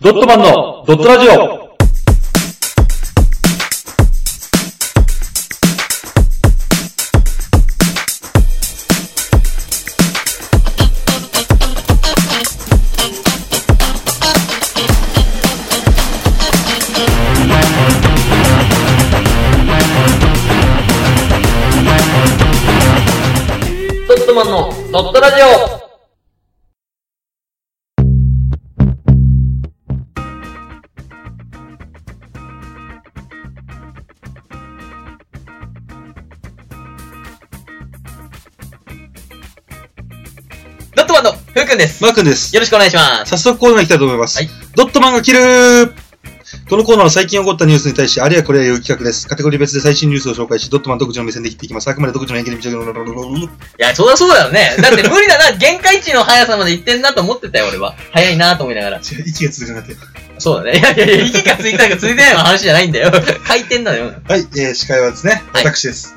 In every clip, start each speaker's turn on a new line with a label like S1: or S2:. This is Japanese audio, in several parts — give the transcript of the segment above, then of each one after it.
S1: ドットマンのドットラジオ
S2: ドットマンのドットラジオドットマンのふうくんです。
S1: マー君です。
S2: よろしくお願いします。
S1: 早速コーナー行きたいと思います。
S2: はい
S1: ドットマンが切るこのコーナーは最近起こったニュースに対して、あれやこれやいう企画です。カテゴリー別で最新ニュースを紹介し、ドットマン独自の目線で切っていきます。あくまで独自の意見で見ちゃう。
S2: いや、そうだそうだよね。だって無理だ な、限界値の速さまでいってんなと思ってたよ、俺は。早いなと思いながら。
S1: 息が続かなくて。
S2: そうだね。いやいやいや、息がついたかついてないの話じゃないんだよ。 回転なのよ。
S1: はい、えー、司会はですね、
S2: はい
S1: 私です。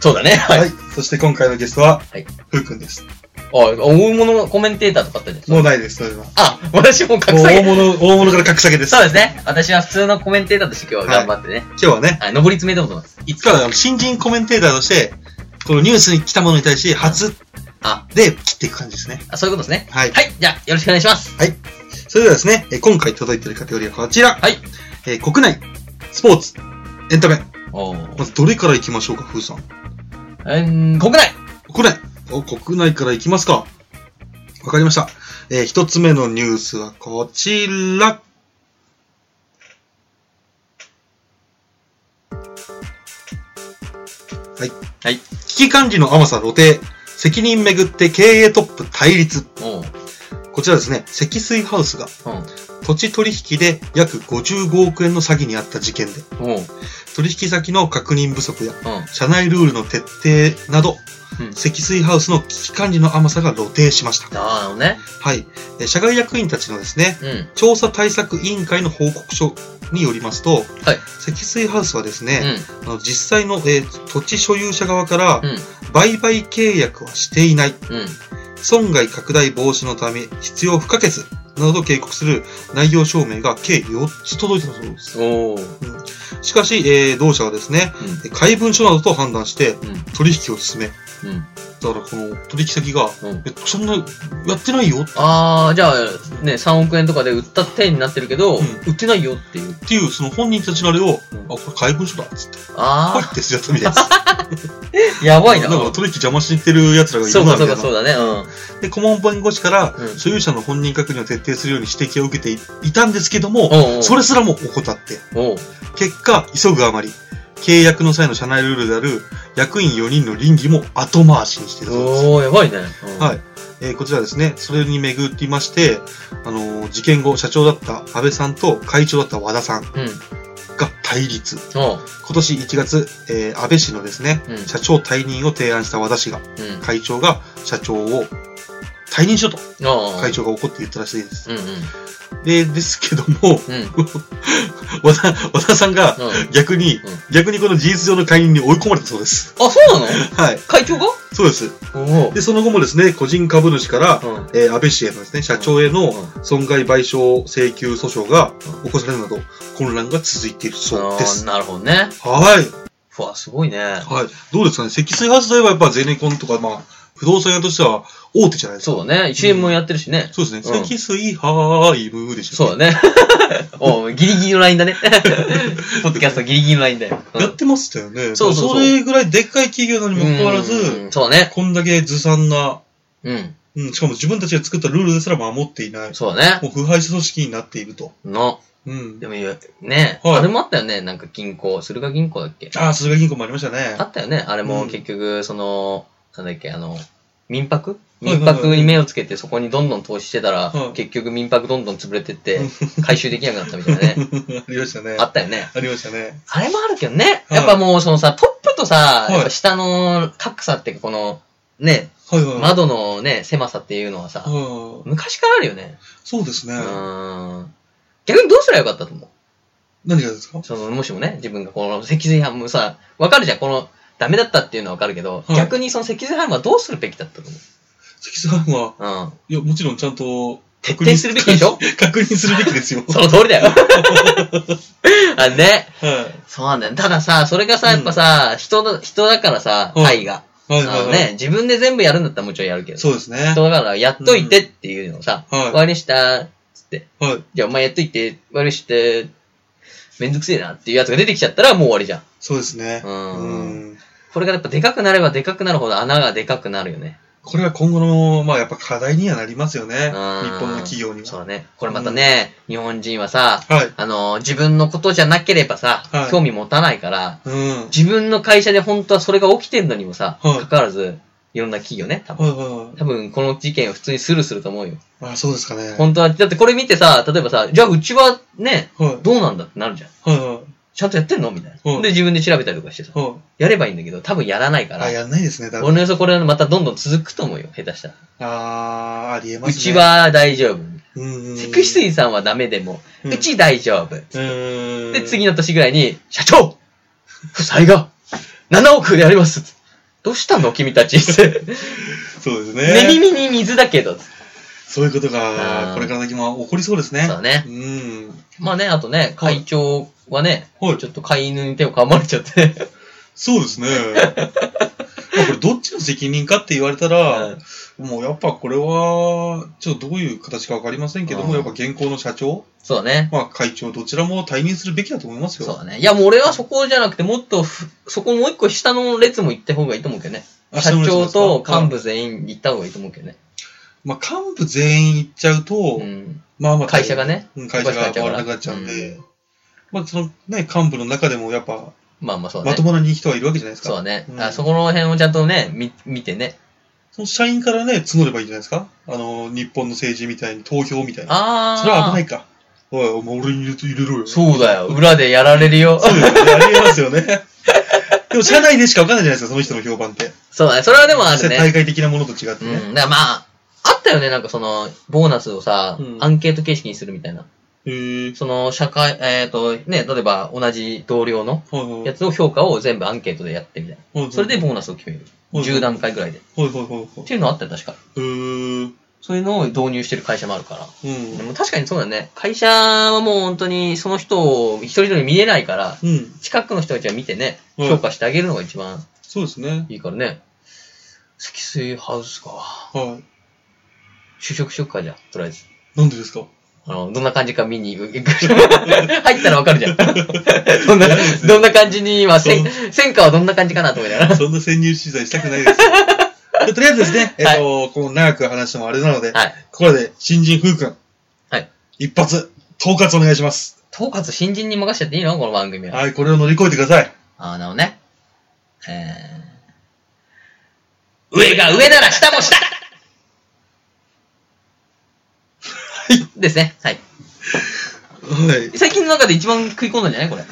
S2: そうだね。はい。
S1: はい。そして今回のゲストは、
S2: はい
S1: ふうくんです。
S2: おい、大物コメンテーターとかあったじゃん。
S1: もうないです、それは。もう
S2: あ、私も格下
S1: 大
S2: げ。
S1: 物、大物から格下げです。
S2: そうですね。私は普通のコメンテーターとして今日は頑張ってね。
S1: 今日はね、
S2: はい、上り詰めてもと思います。
S1: いつかはあの新人コメンテーターとして、このニュースに来たものに対して、初
S2: あ
S1: で切っていく感じですね。
S2: あ、そういうことですね。
S1: はい。
S2: はい、じゃあ、よろしくお願いします。
S1: それではですね、えー今回届いているカテゴリーはこちら。
S2: はい。
S1: えー国内、スポーツ、エンタメ。
S2: お
S1: まずどれから行きましょうか、ふうさん。
S2: えー、国内
S1: 国内。お、国内から行きますか。わかりました。えー一つ目のニュースはこちら。はい。
S2: はい。
S1: 危機管理の甘さ露呈。責任めぐって経営トップ対立。
S2: おう
S1: こちらですね、積水ハウスが
S2: うん。
S1: 土地取引で約55億円の詐欺にあった事件で、
S2: おう
S1: 取引先の確認不足や
S2: うん。
S1: 社内ルールの徹底など、
S2: うん
S1: 積水ハウスの危機管理の甘さが露呈しました。
S2: ああ、あのね。
S1: はい。えー社外役員たちのですね、
S2: うん。
S1: 調査対策委員会の報告書によりますと、
S2: はい
S1: 積水ハウスはです
S2: う
S1: ね、
S2: ん。
S1: あの実際の、えー土地所有者側から
S2: うん
S1: 売買契約はしていない、
S2: うん。
S1: 損害拡大防止のため必要不可欠などと警告する内容証明が計4つ届いてたそうです。
S2: おお。
S1: しかし、えー同社はですね、
S2: う
S1: 怪文書などと判断して
S2: うん
S1: 取引を進め、
S2: ん。うん。
S1: だからこの取引先
S2: う
S1: が、
S2: ん
S1: えそんなやってないよっ
S2: ああ、じゃあ、ね、3億円とかで売った手になってるけど、
S1: うん
S2: 売ってないよっていう。
S1: ていうその本人たちのあれを、
S2: うん
S1: あこれ怪文書だっつってポイ
S2: あ
S1: って捨てちゃったみたいです
S2: あ、やばいな。
S1: んか取引邪魔しに行ってる奴らがい
S2: そ
S1: る
S2: う
S1: な
S2: か
S1: み
S2: そ
S1: た
S2: う
S1: い
S2: かそ
S1: な
S2: うだね。う
S1: で顧問弁護士から、
S2: うん
S1: 所有者の本人確認を徹底するように指摘を受けていいたんですけども、
S2: ん。おうおう
S1: それすらも怠って
S2: おう
S1: 結果急ぐあまり契約の際の社内ルールである役員4人の倫理も後回しにしていたそうです
S2: おー、やばいね。うん
S1: はいえーこちらですね、それに巡りまして、あのー事件後、社長だった安倍さんと会長だった和田さんが
S2: うん。
S1: 対立。
S2: おう
S1: 今年1月、えー安倍氏のですね、
S2: うん
S1: 社長退任を提案した和田氏が、
S2: うん。
S1: 会長が社長を退任しろと
S2: ああ。
S1: 会長が怒って言ったらしいです。
S2: うんうん。
S1: で、ですけども、
S2: うん。うん。
S1: 和田、和田さんが 逆に、
S2: う
S1: 逆にこの事実上の解任に追い込まれたそうです。
S2: あ、そうなの
S1: はい。
S2: 会長が
S1: そうです。
S2: おお。
S1: で、その後もですね、個人株主から、
S2: うん。うん。
S1: えー安倍氏へのですね、社長への損害賠償請求訴訟が起こされるなど、混乱が続いているそうです。
S2: あーなるほどね。
S1: はい。
S2: ふわ、すごいね。
S1: はい。どうですかね積水ハウスといえばやっぱゼネコンとか、まあ、不動産屋としては大手じゃないですか。
S2: そうだね。CM もやってるしね。
S1: そうですね。
S2: うん
S1: 積水ハイムでしょ。
S2: そうだ ね。おうギリギリのラインだね。 ポッドキャストギリギリのラインだよ。うん
S1: やってましたよね。
S2: そうそうそう
S1: まあそれぐらいでっかい企業なのにもかかわら
S2: う
S1: ず
S2: ん、そうね。
S1: こんだけずさんな、
S2: うん。
S1: うん、しかも自分たちが作ったルールですら守っていない。
S2: そうだね。
S1: もう腐敗者組織になっていると。
S2: の。
S1: うん
S2: で。もいや、ね
S1: はい
S2: あれもあったよね。なんか銀行、駿河銀行だっけ
S1: ああ、鈴鹿銀行もありましたね
S2: あ。ったよね。あれも
S1: うん
S2: 結局、その、なんだっけ、あの、民泊
S1: はいはい
S2: 民泊に目をつけてそこにどんどん投資してたら
S1: はい、
S2: 結局民泊どんどん潰れてって、回収できなくなったみたいなね。
S1: ありましたね。
S2: あったよね。
S1: ありましたね。
S2: あれもあるけどね。
S1: はい
S2: やっぱもうそのさ、トップとさ
S1: は、い
S2: やっぱ下の格差っていうかこの、ね、
S1: はいはい。
S2: 窓のね、狭さっていうのはさ、
S1: はい
S2: 昔からあるよね。
S1: そうですね
S2: う。ーん。逆にどうすればよかったと思う
S1: 何がですか
S2: その、もしもね、自分がこの脊髄反応さ、わかるじゃん、この、ダメだったっていうのはわかるけど、
S1: はい
S2: 逆にその脊髄反応はどうするべきだったと思
S1: 関さんは、
S2: ううん。
S1: いや、もちろんちゃんと
S2: 徹底するべきでしょ
S1: 確認するべきですよ。
S2: その通りだよ。あ、ね。
S1: はい。
S2: そうなんだよ。たださ、それがさ、やっぱさ、人だ、人だからさ、
S1: うん
S2: 愛が。
S1: はい
S2: あ
S1: はい
S2: の
S1: はい
S2: ね、自分で全部やるんだったらもちろんやるけど。
S1: そうですね。
S2: 人だから、やっといてっていうのをさ、
S1: うんはい
S2: 終わりにした、つって。
S1: はい。
S2: じゃあお前やっといて、終わりにして、めんどくせえなっていうやつが出てきちゃったらもう終わりじゃん。
S1: そうですね。
S2: うん
S1: うん
S2: これがやっぱでかくなればでかくなるほど穴がでかくなるよね。
S1: これは今後の、まあやっぱ課題にはなりますよね。日
S2: うん
S1: 本の企業に
S2: そう
S1: は。
S2: だね。これまたね、日本人はさ、
S1: はい。
S2: あの、自分のことじゃなければさ、
S1: はい
S2: 興味持たないから、
S1: うん。はい
S2: 自分の会社で本当はそれが起きてんのにもさ、
S1: はい
S2: 関わらず、いろんな企業ね、多分。
S1: は
S2: 多分この事件を普通にスルーすると思うよ。
S1: いはい。あ、そうですかね。はい。
S2: 本当は、だってこれ見てさ、例えばさ、じゃあうちはね、どうなんだってなるじゃん。
S1: はいはい。
S2: ちゃんとやってんのみたいな。
S1: うん
S2: で、自分で調べたりとかしてさ、
S1: は
S2: やればいいんだけど、多分やらないか
S1: い。
S2: ら
S1: あ、、やんないですね、多
S2: 俺
S1: 分。
S2: の予想これまたどんどん続くと思うよ、下手したら。
S1: あー、ありえま
S2: う
S1: す
S2: ち、
S1: ね。
S2: は大丈夫。
S1: うんうん。
S2: セクシスイさんはダメでも、
S1: うん
S2: うち大丈夫。
S1: うん。
S2: で、次の年ぐらいに、社長負債が7億でありますどうしたの君たちって。
S1: そうです
S2: 寝
S1: ね。
S2: 耳に水だけど。
S1: そういうこと
S2: う
S1: が、
S2: ん
S1: これから先も起こりそうですね。
S2: そうね
S1: うん。
S2: まあね、あとね、会長はね、
S1: はい
S2: ちょっと飼い犬に手を噛まれちゃって。
S1: そうですね。まあこれどっちの責任かって言われたら、もうやっぱこれは、ちょっとどういう形かわかりませんけど
S2: うん
S1: も、やっぱ現行の社長、
S2: そうだね。
S1: まあ会長、どちらも退任するべきだと思います
S2: そう
S1: よ
S2: だ。ね。いや、もう俺はそこじゃなくて、もっとふ、そこもう一個下の列も行った方がいいと思うけどね。
S1: あ
S2: 社
S1: 下の列
S2: 長
S1: ですか
S2: と幹部全員行った方がいいと思うけどね。
S1: まあ幹部全員行っちゃうと
S2: う、ん。
S1: まあまあ、
S2: 会社がね
S1: うん、会社が回らなくなっちゃうん
S2: う
S1: で、まあそのね、幹部の中でもやっぱ、
S2: まあまあそうだ
S1: ま
S2: ね
S1: と。もな人はいるわけじゃないですか。
S2: そうだね。
S1: うん
S2: あそこの辺をちゃんとね、み、見てね。
S1: その社員からね、募ればいいんじゃないですかあの、日本の政治みたいに投票みたいな。
S2: ああ。
S1: それは危ないか。おい、お前俺に入れて入れろよ。
S2: そうだよ。裏でやられるよ。
S1: そうですよね。ありえますよね。 でも、社内でしか分かんないじゃないですか、その人の評判って。
S2: そうだね。それはでもある
S1: 大
S2: ね。
S1: 会的なものと違って
S2: う
S1: ね。
S2: ん。だからまあ、あったよね。なんかその、ボーナスをさ、
S1: うん
S2: アンケート形式にするみたいな。
S1: へぇ
S2: その、社会、えっ、と、ね、例えば同じ同僚の
S1: ー。はいはい
S2: やつの評価を全部アンケートでやってみたい
S1: はいは
S2: な。
S1: い。
S2: それでボーナスを決める。
S1: うん
S2: 10段階ぐらいで。っ
S1: はいはいはいはい。
S2: ていうのあったよ、確か。
S1: へぇー。
S2: そういうのを導入してる会社もあるから。
S1: うん
S2: で。も確かにそうだね。会社はもう本当にその人を一人一人見えないから、
S1: うん。
S2: 近くの人たちは見てね、
S1: うん
S2: 評価してあげるのが一番
S1: そうですね。
S2: いいからね。積水ハウスか。
S1: は
S2: 就職しよっか、じゃあ、とりあえず。
S1: い。なんでですか
S2: あの、どんな感じか見に行く。 入ったらわかるじゃん。 どんな
S1: やるんです、ね
S2: どんな感じに、今、せん
S1: そ
S2: 戦果はどんな感じかなと思いながら。
S1: そんな潜入取材したくないです。 でとりあえずですね、えっと、この長く話してもあれなので、
S2: はい。
S1: ここで新人風君。
S2: はい。
S1: 一発、統括お願いします。
S2: 統括新人に任せちゃっていいのこの番組は。
S1: はい、これを乗り越えてください。
S2: あのね。えー、上が上なら下も下はい。ですね。はい。
S1: はい。
S2: 最近の中で一番食い込んだんじゃないこれ。
S1: あ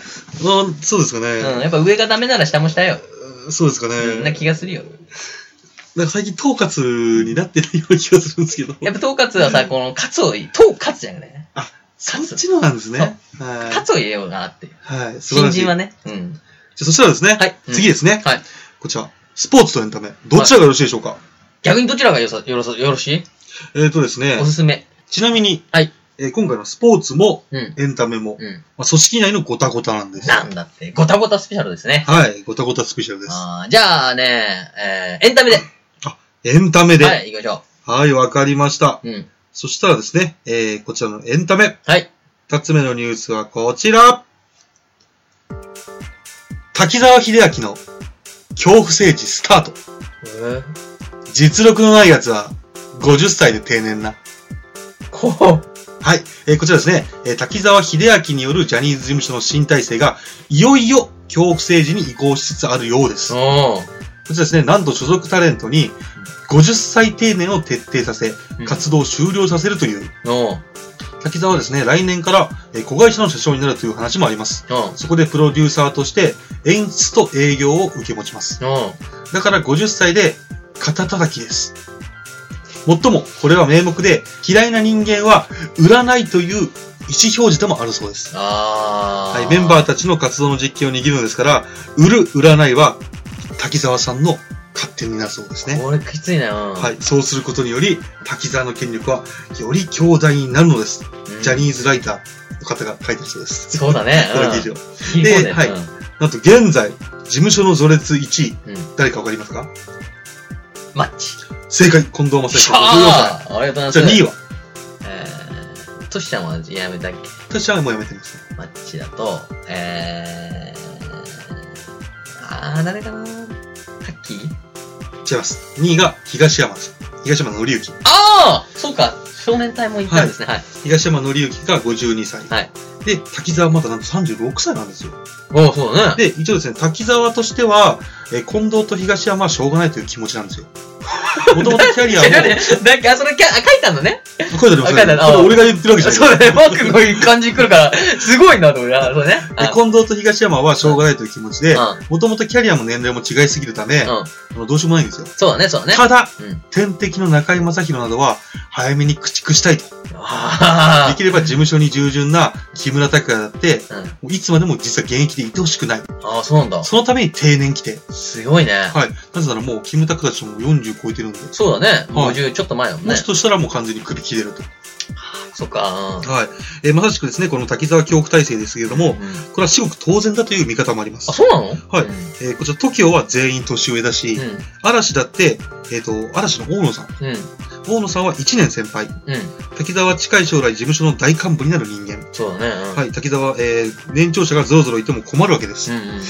S1: そうですか
S2: うん。
S1: ね。
S2: やっぱ上がダメなら下も下よ。
S1: そうですか
S2: そんな
S1: ね。
S2: 気がするよ。
S1: なんか最近統括になってないような気がするんですけど。
S2: やっぱ統括はさ、この、カツを、統括じゃなくてね。
S1: あ、そっちのなんですね。はい。
S2: カツを入れようなっていう。
S1: はい。素晴
S2: 新
S1: らしい。
S2: 人は
S1: ね。
S2: ね。うん。
S1: そしたらですね、
S2: はい
S1: 次ですね、
S2: はい。
S1: こちら。スポーツとエンタメ。どちらがよろしいでしょうか、
S2: 逆にどちらがよろそよろそよろしい
S1: えっ、ー、とですね
S2: お、すすめ。
S1: ちなみに、
S2: はい
S1: えー今回のスポーツも
S2: うん。
S1: エンタメも、
S2: うん。
S1: まあ、組織内のゴタゴタなんです。
S2: なんだって、ごたごたスペシャルですね。
S1: はい。ゴタゴタスペシャルです。
S2: あーじゃあね、えー、エンタメで。
S1: エンタメで。は、
S2: はいい、行きましょ
S1: わ、かりました。
S2: う。うん。
S1: そしたらですね、えー、こちらのエンタメ。
S2: はい。
S1: 二つ目のニュースはこちら。滝沢秀明の恐怖政治スタート。実力のない奴は50歳で定年な。
S2: こう。
S1: はい。えーこちらですね、えー滝沢秀明によるジャニーズ事務所の新体制が、いよいよ恐怖政治に移行しつつあるようです。こ
S2: お
S1: ちらですね、なんと所属タレントに50歳定年を徹底させ、
S2: ー。
S1: 活動を終了させるという、
S2: 動。おー。
S1: 滝沢はですね、来年から、えー子会社の社長になるという話もあります。
S2: おー。
S1: そこでプロデューサーとして演出と営業を受け持ちます。
S2: おー。
S1: だから50歳で肩叩きです。もっとも、これは名目で嫌いな人間は売らないという意思表示でもあるそうです。
S2: あー。
S1: はい、メンバーたちの活動の実権を握るのですから、売る、売らないは滝沢さんの勝手になるそうですね。
S2: これきついなよ。。
S1: はいい、そうすることにより、滝沢の権力はより強大になるのです。ジャニーズライターの方が書いてるそうです。
S2: そうだね。
S1: この記
S2: うん
S1: 事を。
S2: 切り込んで
S1: ではい
S2: うん
S1: なんと現在、事務所の序列1位、
S2: うん
S1: 誰かわかりますか
S2: マッチ。
S1: 正解、近藤正
S2: し
S1: 彦
S2: ゃ
S1: さん。
S2: ー
S1: 54
S2: ありがとうございます。
S1: 歳。じゃあ2位は
S2: えートシちゃんはやめたっけ
S1: 私はもうやめてますね。
S2: マッチだと、えー、あー、誰かなタッキー
S1: 違います。2位が東山さん。東山紀之。
S2: あーそうか少年隊も行ったんですね。はい。
S1: 東山紀之が52歳。
S2: はい
S1: で、滝沢まだなんと36歳なんですよ。
S2: おーそうだね。
S1: で、一応ですね、滝沢としては、えー近藤と東山はしょうがないという気持ちな んですよ。もともとキャリアも、
S2: 違うね。 だっけあ、それキャ、あ、書いたのね。
S1: 書いてあります
S2: 書いてあ
S1: ね。
S2: る
S1: これ俺が言ってるわけじゃない。
S2: そうだね。マークのいい感じに来るから、すごいなと思って。あそうね。
S1: で近藤と東山はしょうがないという気持ちで、
S2: う
S1: もともとキャリアも年齢も違いすぎるため、
S2: ん。うん。
S1: あのどうしようもないんですよ。
S2: そうだね、そうだね。
S1: ただ、
S2: うん
S1: 天敵の中井正宏などは、早めに駆逐したいと。で
S2: あ
S1: きれば事務所に従順な木村拓哉だって、
S2: ーうん
S1: もういつまでも実は現役でいてほしくない。
S2: あー、そうなんだ。
S1: そのために定年来て。
S2: すごいね。
S1: はい。なぜならもう、キムタクたちも40超えてるんで、
S2: そうだね。
S1: はい
S2: 50ちょっと前だもん
S1: も
S2: ね。
S1: しとしたらもう完全に首切れると。
S2: そっか。うん
S1: はい。えーまさしくですね、この滝沢教育体制ですけれども、
S2: うんあ、
S1: これは至極当然だという見方もあります。
S2: そうなのは
S1: はいえーこちら、TOKIO は全員年上だし、
S2: う
S1: 嵐だって、えっ、と、嵐の大野さん。
S2: ん。うん。
S1: 大野さんは1年先輩。
S2: うん。
S1: 滝沢は近い将来事務所の大幹部になる人間。
S2: そうだね。うん
S1: はい。滝沢は、えー年長者がゾロゾロいても困るわけです。
S2: うんうんうん。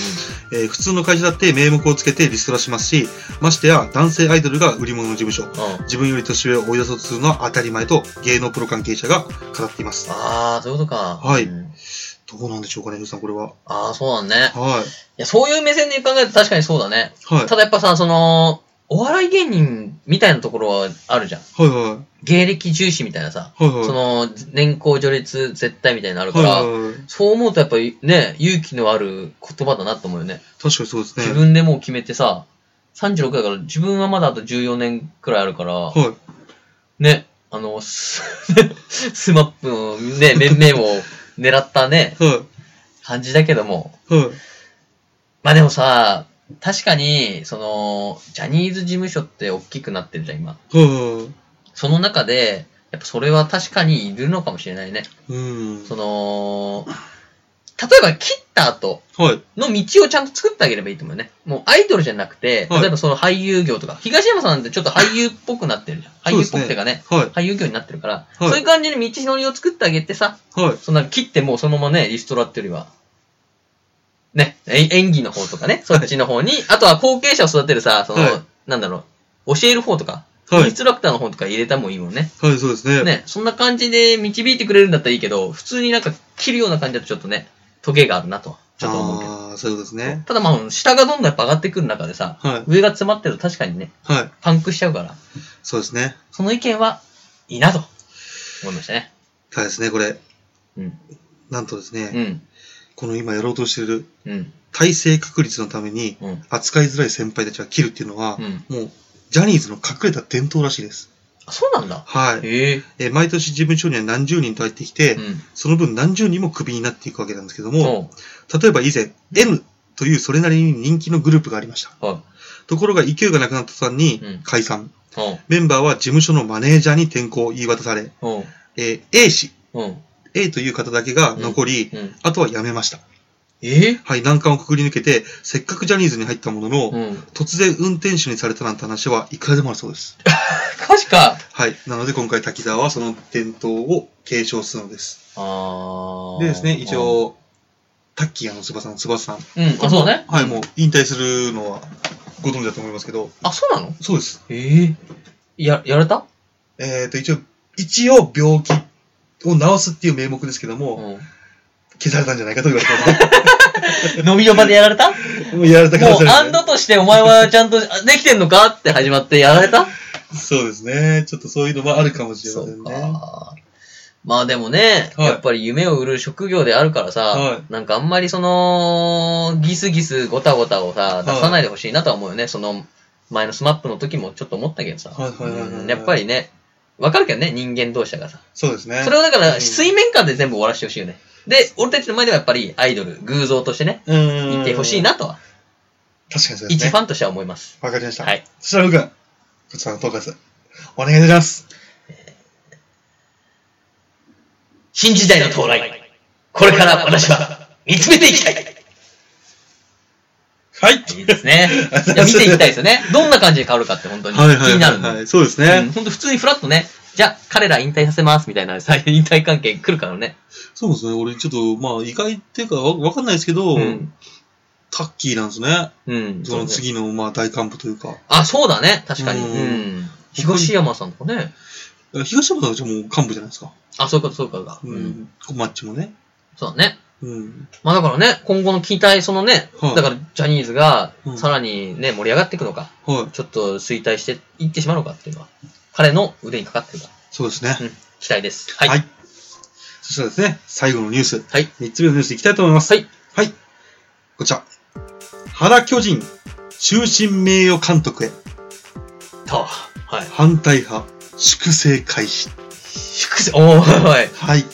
S1: えー普通の会社だって名目をつけてリストラしますし、ましてや男性アイドルが売り物の事務所。
S2: うん
S1: 自分より年上を追い出そうとするのは当たり前と芸能プロ関係者が語っています。
S2: ああ、そういうことか。
S1: はい
S2: うん
S1: どうなんでしょうかね、皆さん、これは。
S2: ああ、そうだね。
S1: はい。
S2: いや、そういう目線で考えると確かにそうだね。
S1: はい。
S2: ただやっぱさ、その、お笑い芸人みたいなところはあるじゃん。
S1: はいはい。
S2: 芸歴重視みたいなさ。
S1: はいはい。
S2: その、年功序列絶対みたいなのあるか
S1: はい
S2: ら、
S1: はいはい。
S2: そう思うとやっぱりね、勇気のある言葉だなと思うよね。
S1: 確かにそうですね。
S2: 自分でもう決めてさ、36だから自分はまだあと14年くらいあるから、
S1: はい。
S2: ね、あの、 ススマップのね、面々を狙ったね、
S1: は
S2: 感じだけども。
S1: い。はい。
S2: まあでもさ、確かに、その、ジャニーズ事務所って大きくなってるじゃん、今。
S1: はい。
S2: その中で、やっぱそれは確かにいるのかもしれないね。
S1: うん。
S2: その、例えば切った後
S1: はい。
S2: の道をちゃんと作ってあげればいいと思うよね。もうアイドルじゃなくて、
S1: はい
S2: 例えばその俳優業とか、東山さんってちょっと俳優っぽくなってるじゃん。俳
S1: そう
S2: 優
S1: で
S2: っ
S1: す
S2: ぽ
S1: ね
S2: くてかね、
S1: はい。
S2: 俳優業になってるから、
S1: はい
S2: そういう感じで道のりを作ってあげてさ、
S1: はい。
S2: そんな切ってもうそのままね、リストラっていうよりは、ね、え演技の方とかね、そっちの方に、あとは後継者を育てるさ、その、
S1: はい
S2: なんだろう、教える方とか、
S1: は
S2: イン
S1: い
S2: ス。トラクターの方とか入れたもいいもんね。
S1: はい、そうですね。
S2: ね、そんな感じで導いてくれるんだったらいいけど、普通になんか切るような感じだとちょっとね、トゲがあるなとは、ちょっと思うけど。
S1: ああ、そういうことですね。
S2: ただまあ、下がどんどんやっぱ上がってくる中でさ、
S1: はい。
S2: 上が詰まってると確かにね、
S1: はい。
S2: パンクしちゃうから、
S1: そうですね。
S2: その意見はいいなと思いましたね。
S1: ただですね、これ。
S2: うん。
S1: なんとです
S2: う
S1: ね、
S2: ん。
S1: この今やろうとしている
S2: うん。
S1: 体制確立のために
S2: うん。
S1: 扱いづらい先輩たちは切るっていうのは
S2: う、ん。
S1: もう、ジャニーズの隠れた伝統らしいです。
S2: あ、そうなんだ。
S1: はい。
S2: へえ。
S1: えー毎年事務所には何十人と入ってきて、
S2: うん。
S1: その分何十人もクビになっていくわけなんですけども、
S2: も
S1: 例えば以前、N というそれなりに人気のグループがありました。
S2: う、は
S1: ところが勢いがなくなった途端に
S2: うん
S1: 解散。
S2: い。うん。
S1: メンバーは事務所のマネージャーに転校言い渡され、
S2: うん。
S1: えー A 氏、
S2: うん。
S1: A という方だけが残り、
S2: うん。
S1: あとは辞めました。
S2: え
S1: はい、難関をくぐり抜けて、せっかくジャニーズに入ったものの、
S2: うん。
S1: 突然運転手にされたなんて話はいくらでもあるそうです。
S2: 確か。
S1: はい。なので今回滝沢はその伝統を継承するのです。
S2: あー
S1: でですね、一。応、タッキーあの翼の翼さん。
S2: うん。あ、そうね。
S1: はい、もう引退するのはご存知だと思いますけど、
S2: あ、そうなの
S1: そうです。
S2: ええ。や、やれた
S1: えっ、と、一応、一応病気を治すっていう名目ですけども、
S2: うん。
S1: 消されたんじゃないかと言われてま
S2: 飲みの場でやられたも
S1: す。も うやられた可能性
S2: う、
S1: あ
S2: ア
S1: る
S2: ン
S1: ね、
S2: ドとしてお前はちゃんとあできてんのかって始まってやられた
S1: そうですね。ちょっとそういうのもあるかもしれませんね。
S2: か。まあでもね、
S1: はい
S2: やっぱり夢を売る職業であるからさ、
S1: は
S2: なんかあんまりその、ギスギスゴタゴタをさ、
S1: い
S2: 出さないでほしいなとは思うよね。その、前のスマップの時もちょっと思ったけどさ。
S1: はいはいはいはい
S2: うんやっぱりね、わかるけどね、人間同士だからさ。
S1: そうですね。
S2: それをだか
S1: う
S2: ら、
S1: ん
S2: 水面下で全部終わらせてほしいよね。で、俺たちの前ではやっぱりアイドル、偶像としてね、
S1: うん
S2: 言ってほしいなとは
S1: 確かにそうです
S2: 一
S1: ね
S2: フ。ァンとしては思います。
S1: わかりました。
S2: はい。
S1: スラム君、こちらの統括、お願いいたします。
S2: 新時代の到来。これから私は見つめていきたい。
S1: はい。
S2: いいです ね
S1: ありがとうござい。
S2: いや
S1: ま
S2: 見
S1: す
S2: ていきたいですよね。どんな感じで変わるかって本当に気になるんで。
S1: い。そうですね。
S2: 本当普通にフラッとね、じゃあ彼ら引退させますみたいなさ、引退関係来るからね。
S1: そうですね。俺、ちょっと、まあ、意外っていうか、わわかんないですけど、
S2: うん。
S1: タッキーなんですね。
S2: うん。
S1: その次の、まあ、大幹部というか。
S2: あ、そうだね。確かに。
S1: うん
S2: うん。東山さんとかね。
S1: 東山さんはじゃあもう幹部じゃないですか。
S2: あ、そういうこと、そういうことだ。
S1: う
S2: うん。
S1: ん。マッチもね。
S2: そうだね。
S1: うん。
S2: まあだからね、今後の期待、そのね、
S1: はい
S2: だからジャニーズが
S1: うん
S2: さらにね、盛り上がっていくのか、
S1: はい。
S2: ちょっと衰退していってしまうのかっていうのは、彼の腕にかかってるか
S1: そうですね。
S2: ら、うん、期待です。はい。
S1: はいそしたらですね、最後のニュース。
S2: はい。
S1: 3つ目のニュースいきたいと思います。
S2: はい。
S1: はい。こちら。原巨人、中心名誉監督へ、
S2: と、はい。
S1: 反対派、粛清開始。
S2: 祝せ、おー、はい。
S1: はい。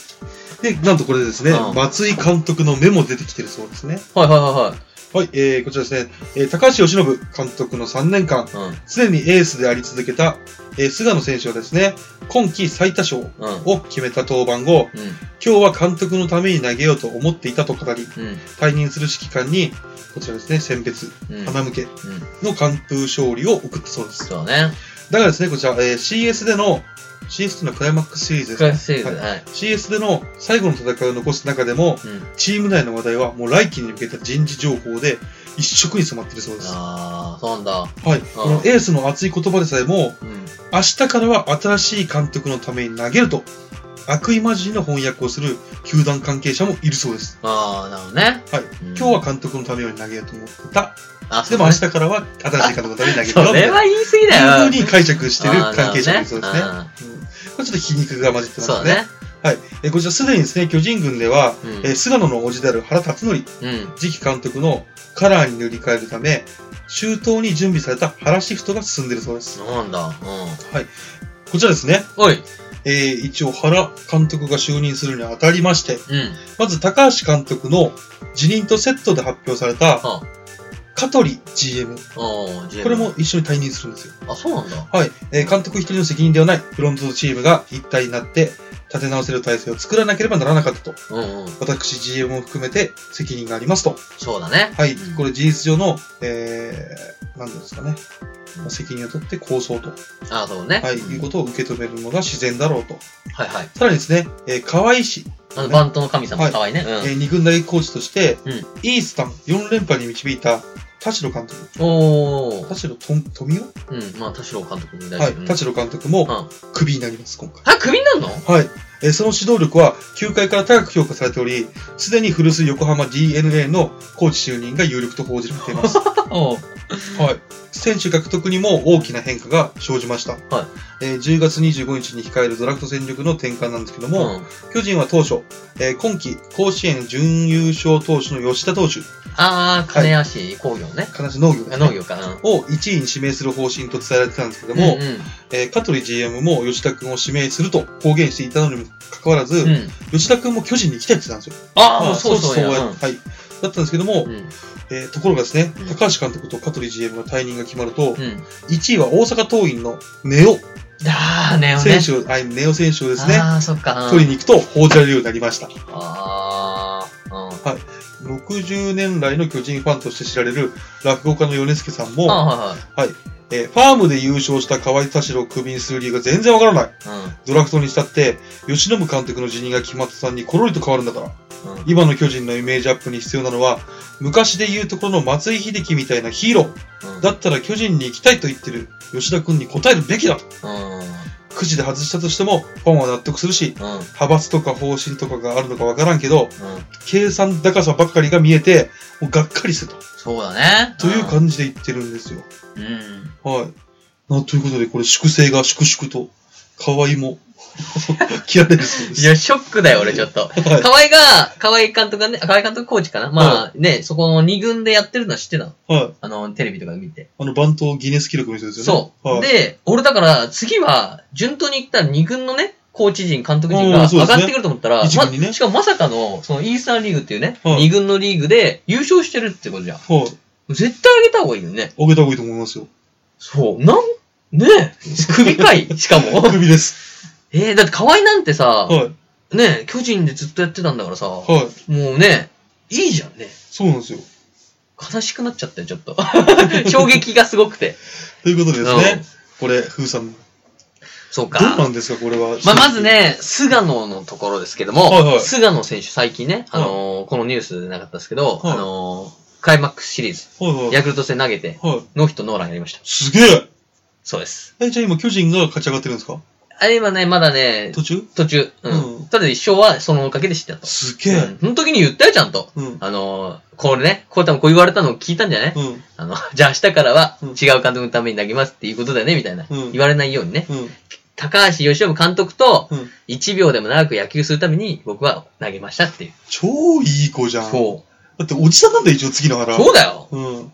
S1: で、なんとこれですね、
S2: うん
S1: 松井監督のメモ出てきてるそうですね。
S2: はいは
S1: はい、えー、こちらですね、えー高橋由伸監督の3年間、
S2: いはいはい。
S1: 常にエースであり続けた、えー菅野選手はですね、今季最多勝
S2: うん。うん。
S1: を決めた登板後、今日は監督のために投げようと思っていたと語り、
S2: うん。
S1: 退任する指揮官に、こちらですね、選別、
S2: うん。
S1: 花向け
S2: うん。
S1: の完封勝利を送ったそうです。
S2: そうね。
S1: だからですね、こちら、えー CS での、CS というのはクライマックスシリーズ
S2: クラ
S1: で
S2: イ
S1: す
S2: スセー
S1: ね。
S2: ブ、
S1: はい
S2: はい。
S1: CS での最後の戦いを残す中でも、
S2: うん。
S1: チーム内の話題はもう来季に向けた人事情報で一色に染まってるそうです。
S2: あ
S1: は
S2: ー、そうなんだ。
S1: い。このエースの熱い言葉でさえも、
S2: うん。
S1: 明日からは新しい監督のために投げると、悪意混じりの翻訳をする球団関係者もいるそうです。
S2: あー、なるほどね。
S1: は
S2: う
S1: い
S2: ん。
S1: 今日は監督のために投げようと思ってた。
S2: あ、そ
S1: で
S2: う
S1: も
S2: ね
S1: 明日からは新しい監督のために投げ る
S2: そ
S1: と。みたい
S2: れ
S1: な
S2: は言い過ぎだよ。
S1: いうふうに解釈してる関係者もいるそうですね。
S2: あ
S1: うんこれちょっと皮肉が混じっ
S2: ー。
S1: てま
S2: そう
S1: す
S2: だ
S1: ね。
S2: ね。
S1: えこちらすでにですね、巨人軍では、
S2: うん
S1: えー菅野の叔父である原辰徳
S2: うん。
S1: 次期監督のカラーに塗り替えるため、周到に準備された原シフトが進んでいるそうです。
S2: そうなんだ。うん。
S1: こちらですね、
S2: おい。
S1: えー一応原監督が就任するにあたりまして、
S2: うん。
S1: まず高橋監督の辞任とセットで発表された
S2: はあ。
S1: 香取 GM。
S2: おー、ジェーム
S1: これ。も一緒に退任するんですよ。
S2: あ、そうなんだ。
S1: はい。えー監督一人の責任ではないフロントチームが一体になって立て直せる体制を作らなければならなかったと。
S2: うんうん。
S1: 私 GM を含めて責任がありますと。
S2: そうだね。
S1: はい
S2: うん。
S1: これ事実上の、えー、なんですかね
S2: う。ん
S1: 責任を取って構想と、
S2: あー、そうね。
S1: はい、
S2: うん
S1: いうことを受け止めるのが自然だろうと。
S2: はいはい。
S1: さらにですね、えー河合氏、
S2: あの、バントの神様、
S1: はい
S2: かわいいね。
S1: えー二軍大コーチとして、
S2: うん
S1: イースタン4連覇に導いた田代監督、
S2: うん。お
S1: 田
S2: ー。
S1: 代とん富夫
S2: うん。まあ、田代監督に
S1: は
S2: 大
S1: い
S2: 丈夫。、
S1: 田代監督も
S2: うん。
S1: クビになります、今回。
S2: あ、クビになるの
S1: はい。えーその指導力は球界から高く評価されており、すでに古巣横浜 DNA のコーチ就任が有力と報じられています。
S2: お
S1: はい。選手獲得にも大きな変化が生じました。。
S2: はい
S1: えー10月25日に控えるドラフト戦力の転換なんですけども、
S2: うん。
S1: 巨人は当初、えー今季甲子園準優勝投手の吉田投手、
S2: あー、金足工業ね。
S1: 金足農業ですね
S2: あ農業か。うん
S1: を1位に指名する方針と伝えられてたんですけども、
S2: うんうん
S1: えー香取 GM も吉田君を指名すると公言していたのにもかかわらず、
S2: うん。
S1: 吉田君も巨人に行きたいって言ってたんですよ。
S2: あー、
S1: ま
S2: もうそうそうや。
S1: や
S2: う
S1: はい。だったんですけども、
S2: ん。
S1: えーところがですね、
S2: うん
S1: 高橋監督と香取 GM の退任が決まると、
S2: うん。
S1: 1位は大阪桐蔭の根尾
S2: あー、ね
S1: 選手を、はい、ネオ選手をですね、
S2: あー、そっか。うん
S1: 取りに行くと報じられるようになりました。
S2: あー。うん。
S1: 60年来の巨人ファンとして知られる落語家の米助さんも、
S2: あ
S1: えーファームで優勝した河合田代をクビにする理由が全然わからない。
S2: ーはいはい。
S1: ドラフトにしたって、吉信監督の辞任が決まったさんにコロリと変わるんだから。
S2: うん。うん
S1: 今の巨人のイメージアップに必要なのは、昔で言うところの松井秀喜みたいなヒーロー。
S2: うん
S1: だったら巨人に行きたいと言ってる吉田君に答えるべきだと。
S2: う
S1: くじで外したとしても、ファンは納得するし、
S2: ん。うん。
S1: 派閥とか方針とかがあるのかわからんけ
S2: う
S1: ど、
S2: ん。
S1: 計算高さばっかりが見えて、もうがっかりすると。
S2: そうだね。
S1: という感じで言ってるんですよ。
S2: うん。うん。
S1: はい。な、ということで、これ、粛清が粛々と、河合も、 切られるそうで
S2: い
S1: す。
S2: や、ショックだよ、俺、ちょっと。
S1: はい。
S2: 河合が、河合監督がね、河合監督コーチかなまあね、そこの二軍でやってるのは知ってたの。
S1: はい。
S2: あの、テレビとかで見て。
S1: あの、番頭ギネス記録の人ですよね
S2: そ。う。
S1: はい。
S2: で、俺だから、次は、順当に行ったら二軍のね、コーチ陣、監督陣
S1: う
S2: が
S1: んそ
S2: 上
S1: うですね
S2: がってくると思ったら、
S1: 一軍にね
S2: ましかもまさかの、そのイースタンリーグっていうね、
S1: はい
S2: 二軍のリーグで優勝してるってことじゃん。
S1: はい。
S2: 絶対あげた方がいいよね。
S1: あげた方がいいと思いますよ。
S2: そう。なん、ねえ。首か いしかも。
S1: 首です。
S2: えー、だって河合なんてさ、
S1: はい。
S2: ねえ、巨人でずっとやってたんだからさ、も
S1: はい。
S2: うね、いいじゃんね。
S1: そうなんですよ。
S2: 悲しくなっちゃったよ、ちょっ と。衝撃がすごくて。
S1: ということでです
S2: うん
S1: ね、これ、ふーさん、ど
S2: そう
S1: うな
S2: か。
S1: んですか、これは。
S2: まあ、まず、ね、菅野のところですけども、
S1: はいはい
S2: 菅野選手最近ね、あのーこのニュースでなかったですけど、
S1: はい
S2: あのークライマックスシリーズ、
S1: はいはい。
S2: ヤクルト戦投げて、
S1: はい。
S2: ノーヒットノーランやりました。
S1: すげえ
S2: そうです。
S1: え、じゃあ今、巨人が勝ち上がってるんですか
S2: あれ今ね、まだね、
S1: 途中
S2: 途中、うん。
S1: うん
S2: ただ一生はそのおかげで知ってたと。
S1: す
S2: う
S1: げえ
S2: ん。その時に言ったよ、ちゃんと。
S1: うん。うん。
S2: あのーこれね、こう多分こう言われたのを聞いたんじゃない、
S1: うん。
S2: あの、 じゃあ明日からは
S1: うん
S2: 違う監督のために投げますっていうことだよね、みたいな。
S1: うん
S2: 言われないようにね。
S1: うん。
S2: 高橋由伸監督と
S1: うん。
S2: 1秒でも長く野球するために僕は投げましたっていう。
S1: 超いい子じゃん。
S2: そ
S1: だって、落ちたなんだよ、一応、次の
S2: う。
S1: 腹。
S2: そうだよ。
S1: うん。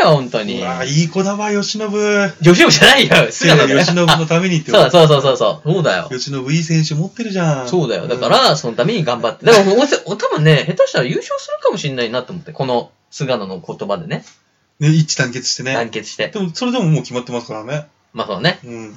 S2: だよ、本当に
S1: う。わいい子だわ、由伸。由
S2: 由伸じゃないよ、菅野だよ。
S1: 伸のためにって。
S2: そうだそうそうそうそう。そうだよ。
S1: 由伸いい選手持ってるじゃん。
S2: そうだよ。だか
S1: うん、
S2: ら、そのために頑張って。だから、もうお多分ね、下手したら優勝するかもしれないなと思って、この菅野の言葉でね、
S1: ね、一致団結して
S2: 団
S1: ね。
S2: 結して。
S1: でも、それでももう決まってますからね。
S2: まあそうね。
S1: うん。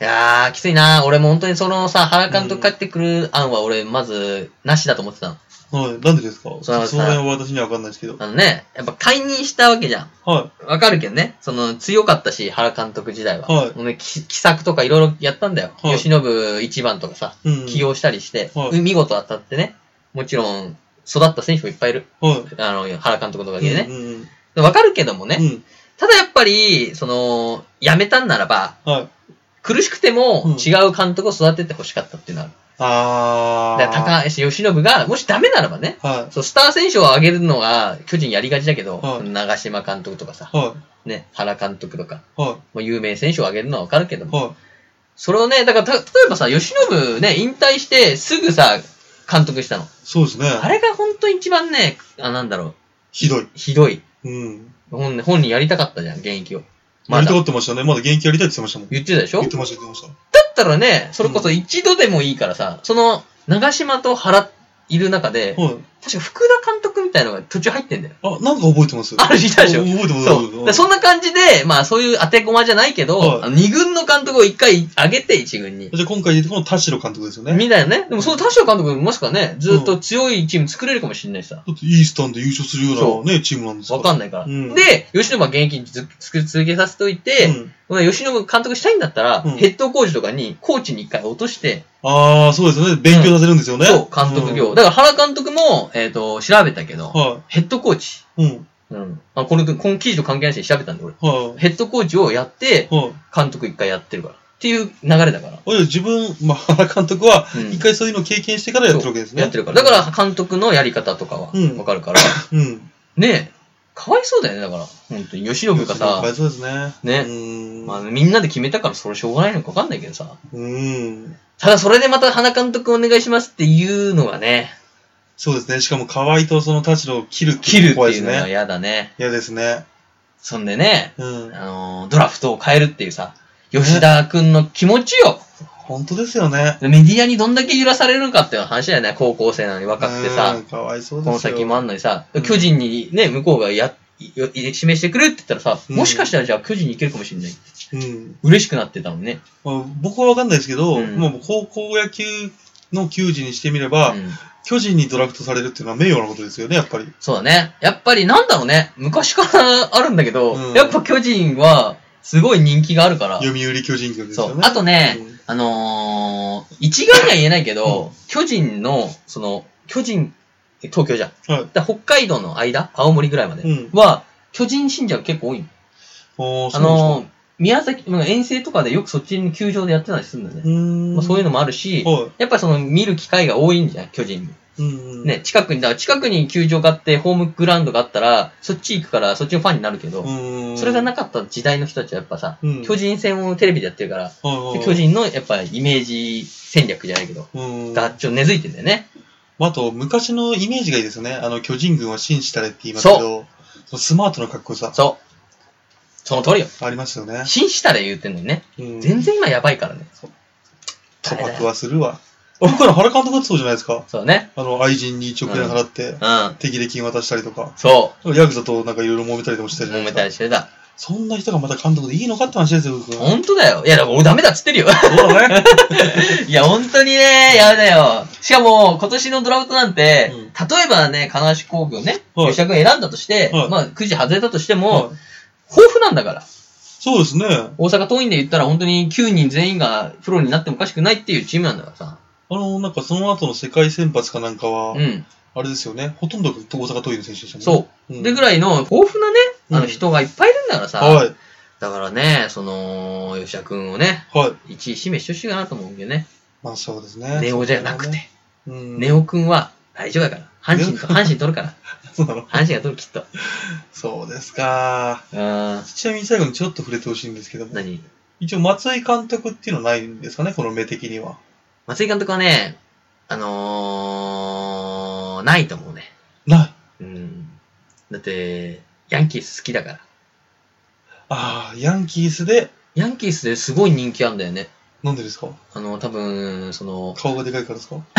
S2: いやー、きついな俺も本当にそのさ、原監督帰ってくる案は俺、まず、なしだと思ってたの。
S1: はい。なんでですか
S2: う
S1: その
S2: さ
S1: 辺は私には分かんないですけど。
S2: あのね、やっぱ解任したわけじゃん。
S1: は
S2: わかるけどね、その強かったし、原監督時代は。
S1: はい
S2: もうね、き奇策とかいろいろやったんだよ。
S1: はい
S2: 吉信一番とかさ、
S1: い。うん。
S2: 起用したりして、
S1: はい
S2: うん見事当たってね、もちろん、育った選手もいっぱいいる。
S1: は
S2: あの、原監督のおか
S1: い。
S2: げでね
S1: う。んうん
S2: わかるけどもね、
S1: うん。うん。
S2: ただやっぱり、その、辞めたんならば、
S1: はい。
S2: 苦しくて
S1: うん
S2: も違う監督を育ててほしかったっていうのは
S1: あ
S2: あ
S1: ー。
S2: る。だから高橋由伸が、もしダメならばね、
S1: は
S2: そう、スター選手を上げるのが巨人やりがちだけど、
S1: はい
S2: 長嶋監督とかさ、
S1: い。は
S2: ね、原監督とか、
S1: い。は
S2: もう有名選手を上げるのはわかるけど
S1: い。
S2: も、
S1: は
S2: それをね、だからた、例えばさ、由伸ね、引退してすぐさ、監督したの。
S1: い。そうですね。
S2: あれが本当に一番ね、あ、なんだろう、
S1: ひどい。
S2: ひどい。
S1: うん。
S2: 本本人やりたかったじゃん、現役を。
S1: や
S2: ま
S1: りた
S2: だ
S1: がってましたね。まだ現役やりたいって言ってましたもん。
S2: 言ってたでしょ
S1: 言ってました、言ってました。
S2: だったらね、それこそ一度でもいいからさ、その、長島と原いる中で、
S1: はい。
S2: 確か福田監督みたいのが途中入ってんだよ。
S1: あ、なんか覚えてます
S2: あるみたいでしょ
S1: あ覚えてま
S2: そ
S1: す。
S2: う。だか
S1: 覚えてま
S2: ら
S1: す
S2: そんな感じで、まあそういう当て駒じゃないけど、
S1: はい
S2: あの二軍の監督を一回上げて、一軍に。
S1: じゃあ今回で言うとこの田代監督ですよね。
S2: みたいなね。でもその田代監督もしかね、ずっと強いチーム作れるかもしれないしさ。
S1: だっていいスタンド優勝するよ
S2: そう
S1: なね、チームなんです
S2: わかん
S1: な
S2: ない
S1: い。
S2: から。
S1: うん
S2: で、吉野は現役ずつ続けさせておいて、
S1: うん
S2: まあ吉野監督したいんだったら、
S1: うん
S2: ヘッドコーチとかにコーチに一回落として、
S1: ああ、そうですよね。勉強させるんですよね。
S2: そう、監督業。
S1: うん
S2: だから原監督も、えっ、と、調べたけど、
S1: は
S2: ヘッドコーチ。
S1: い。うん。
S2: うん。あ、この、この記事と関係ないし調べたんで、俺。
S1: は
S2: ヘッドコーチをやって
S1: い。、はい。
S2: 監督一回やってるから。っていう流れだから。
S1: あじゃあ自分、 まあ、原監督は
S2: う、ん
S1: 一回そういうのを経験してからやってるわけですね。
S2: やってるから。だから、監督のやり方とかは
S1: うん、
S2: わかるから。
S1: ら。うん。
S2: ねえ、かわいそうだよね、だから。本当に。吉野が
S1: かわ
S2: さ
S1: い、そうですね。
S2: ね
S1: うーん。
S2: まあ、みんなで決めたからそれしょうがないのかわかんないけどさ。
S1: うーん。
S2: ただ、それでまた花監督お願いしますっていうのがね、
S1: そうですね。しかも河合とその田代を切るって
S2: 切る
S1: い
S2: っ
S1: う
S2: て
S1: 怖いで
S2: いう
S1: す
S2: のは
S1: ね。
S2: 嫌だね。
S1: 嫌ですね。
S2: そんでね、
S1: うん。
S2: あのードラフトを変えるっていうさ、吉田くんの気持ちよ。
S1: 本当ですよね。
S2: メディアにどんだけ揺らされるのかっていう話だよね。高校生なのに若くてさ
S1: うん、かわいそう
S2: こ
S1: ですよ。
S2: の先もあんのにさ
S1: うん、
S2: 巨人にね、向こうがや、よ示してくれって言ったらさ、
S1: うん
S2: もしかしたらじゃあ巨人に行けるかもしれない。
S1: うん。
S2: 嬉しくなってたもんね。
S1: まあ僕は分かんないですけど、
S2: うん
S1: もう高校野球の球児にしてみれば、
S2: うん
S1: 巨人にドラフトされるっていうのは名誉なことですよね、やっぱり。
S2: そうだね。やっぱりなんだろうね。昔からあるんだけど、
S1: うん
S2: やっぱ巨人はすごい人気があるから。
S1: 読売巨人軍です
S2: そ
S1: よ
S2: う。
S1: ね。
S2: あとね、
S1: うん
S2: あのー一概には言えないけど、巨人の、その、巨人、東京じゃん。
S1: はい。
S2: だ北海道の間、青森ぐらいまで
S1: うん
S2: は、巨人信者が結構多いの。
S1: おー
S2: あのー宮崎、まあ遠征とかでよくそっちの球場でやってたりするんだよ
S1: そう
S2: ね。
S1: なんですかうーん。
S2: まあ、そういうのもあるし、
S1: は
S2: やっぱりその見る機会が多いんじゃん、巨人も。
S1: い。うんうん。
S2: ね、近くに、だから近くに球場があって、ホームグラウンドがあったら、そっち行くから、そっちのファンになるけど、
S1: うん。
S2: それがな
S1: く
S2: かった時代の人たちはやっぱさ、
S1: うん
S2: 巨人戦をテレビでやってるから、で巨人のやっぱイメージ戦略じゃないけど、
S1: うん。
S2: がちょっと根付いてんだよね。
S1: あと、昔のイメージがいいですよね。あの、巨人軍は紳士たれって言いますけど、そのスマートな格好さ、
S2: そう。その通りよ。
S1: ありますよね。
S2: 信じたら言うてんのにね。
S1: うん
S2: 全然今やばいからね。
S1: 賭博はするわ。僕から原監督だってそうじゃないですか。
S2: そうね。
S1: あの、愛人に1億円払って、
S2: うん。
S1: 手切れ金渡したりとか、
S2: そ
S1: ヤクザとなんかいろいろ揉めたりとかして
S2: う。
S1: たじゃな
S2: 揉め
S1: いです
S2: た
S1: か。
S2: りしてた。
S1: そんな人がまた監督でいいのかって話ですよ、僕。そう
S2: 本当だよ。いや、だから俺ダメだっつってるよ。
S1: だね。
S2: いや、本当にね、やだよ。しかも、今年のドラフトなんて、
S1: うん
S2: 例えばね、金足工業ね、
S1: はい
S2: 吉田君選んだとして、
S1: はい
S2: まあ、くじ外れたとしても、
S1: はい
S2: 豊富なんだから。
S1: そうですね。
S2: 大阪桐蔭で言ったら本当に9人全員がプロになってもおかしくないっていうチームなんだからさ。
S1: あの、なんかその後の世界先発かなんかは、
S2: うん。
S1: あれですよね。ほとんどが大阪桐蔭の選手でしたね。
S2: そうう。
S1: ん
S2: でぐらいの豊富なね、あ
S1: う
S2: の
S1: ん
S2: 人がいっぱいいるんだからさ。
S1: はい。
S2: だからね、その、吉田君をね、
S1: はい。
S2: 1位指名してほしいかなと思うけどね。
S1: まあそうですね。
S2: ネオじゃなくて。。
S1: うん。
S2: ネオ君は大丈夫だから。阪神と、阪神取る から。
S1: そうなの
S2: 阪神が取る、きっと。
S1: そうですか。
S2: うーん。
S1: ちなみに最後にちょっと触れてほしいんですけども、
S2: 何
S1: 一応松井監督っていうのはないんですかね、この目的には。
S2: 松井監督はね、あのー、ないと思うね。
S1: な
S2: う
S1: い。
S2: ん。だって、ヤンキース好きだから。
S1: ああ、ヤンキースで、
S2: ヤンキースですごい人気あんだよね。
S1: なんでですか
S2: あの、多分、その、
S1: 顔がでかいからですか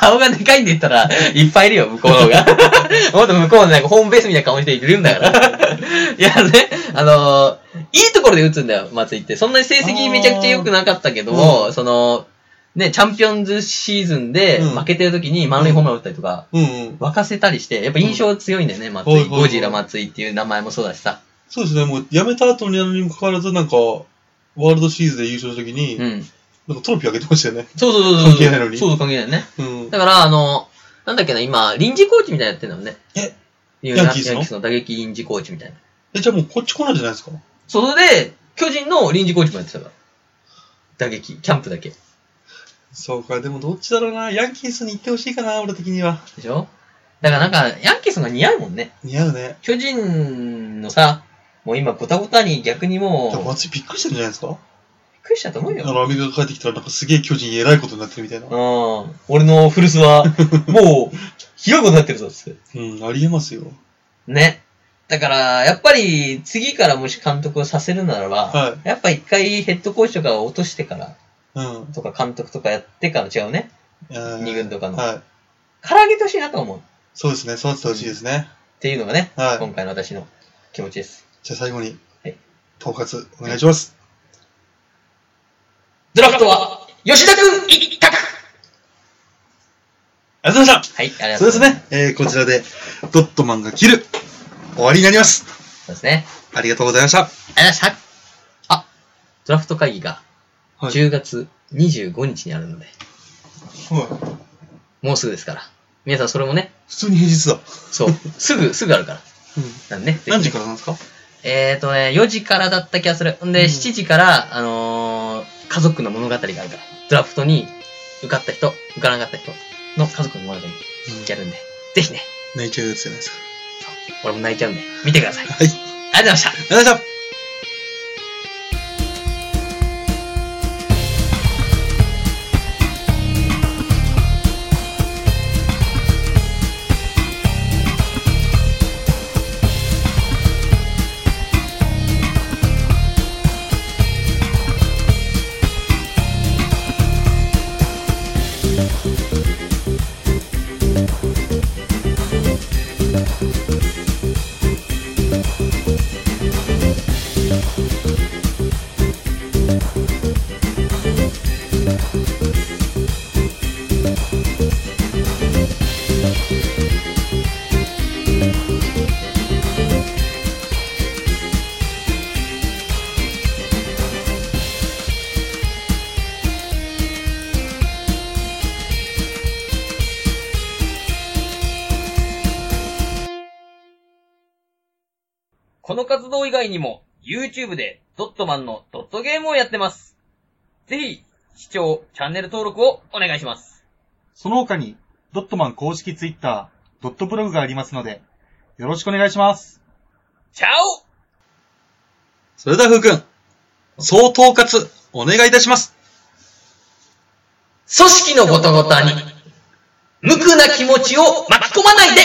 S2: 顔がでかいんで言ったら、いっぱいいるよ、向こうの方が。 もっと向こうのなんかホームベースみたいな顔しているんだから。 いやね、あのいいところで打つんだよ、松井って。そんなに成績めちゃくちゃ良くなかったけども、その、ね、チャンピオンズシーズンで
S1: うん
S2: 負けてる時に満塁ホームラン打ったりとか、
S1: うんうん。
S2: 沸かせたりして、やっぱ印象強いんだよね、松
S1: はい
S2: 井。
S1: はいはい
S2: ゴジラ松井っていう名前もそうだしさ。
S1: そうですね、もう辞めた後になのにもかかわらず、なんか、ワールドシリーズで優勝した時に、
S2: うん。
S1: なんかトロフィーあげてましたよね。
S2: そうそうそうそう。
S1: 関係ないのに
S2: そう、関係ないね。
S1: うん。
S2: だから、あの、なんだっけな、今、臨時コーチみたいなのやってるのね。
S1: え
S2: 有名な
S1: ヤンキースの
S2: ヤンキースの打撃臨時コーチみたいな。
S1: え、じゃあもうこっち来ないんじゃないですか
S2: それで、巨人の臨時コーチもやってたから。打撃、キャンプだけ。
S1: そうか、でもどっちだろうな。ヤンキースに行ってほしいかな、俺的には。
S2: でしょだからなんか、ヤンキースの方が似合うもんね。
S1: 似合うね。
S2: 巨人のさ、もう今、ごたごたに逆にも
S1: で
S2: う、び
S1: も
S2: っ
S1: 松井びっくりしてるんじゃないですか
S2: くりしたと思う
S1: あ
S2: よ。
S1: の、アメリカ帰ってきたら、なんかすげえ巨人偉いことになってるみたいな。
S2: うん。俺の古巣 は、もう、ひどいことになってるぞ、つって。
S1: うん、ありえますよ。
S2: ね。だから、やっぱり、次からもし監督をさせるならば、
S1: は
S2: やっぱ一回ヘッドコーチとかを落としてから、
S1: うん。
S2: とか監督とかやってから違うね。二
S1: 二
S2: 軍とかの。
S1: はい。
S2: から揚げてほしいなと思う。っ
S1: そうですね、育ててほしいですね。
S2: ていうのがね、
S1: はい
S2: 今回の私の気持ちです。
S1: じゃあ最後に
S2: はい、
S1: 統括お願いします。
S2: ドラフトは、吉田君一択
S1: ありがとうございまし
S2: はい、あり
S1: た
S2: がと
S1: そう
S2: うご
S1: です
S2: ざいます。
S1: ね、えーこちらで、ドットマンが切る、終わりになります。
S2: そうですね。
S1: ありがとうございまし
S2: あ
S1: た。
S2: りがとうございました。あ、ドラフト会議が
S1: はい
S2: 10月25日にあるので、もうすぐですから。皆さんそれもね、
S1: 普通に平日だ。
S2: そう、すぐ、すぐあるから。なんでね。
S1: 何時からなんですか
S2: えーとね、4時からだった気がする。んで、
S1: うん
S2: 7時から、あのー家族の物語があるから、ドラフトに受かった人、受からなかった人の家族の物語やるんで、ぜひね、
S1: 泣いちゃうやつじゃないですか。
S2: 俺も泣いちゃうんで、見てください。あ
S1: はい。ありが
S2: りがとうございました。
S1: とうございました。
S2: この活動以外にも、YouTube でドットマンのドットゲームをやってます。ぜひ、視聴、チャンネル登録をお願いします。
S3: その他に、ドットマン公式ツイッター、ドットブログがありますので、よろしくお願いします。
S2: チャオ
S1: それでは、ふうくん、総統括、お願いいたします。
S2: 組織のごとごとに、無垢な気持ちを巻き込まないで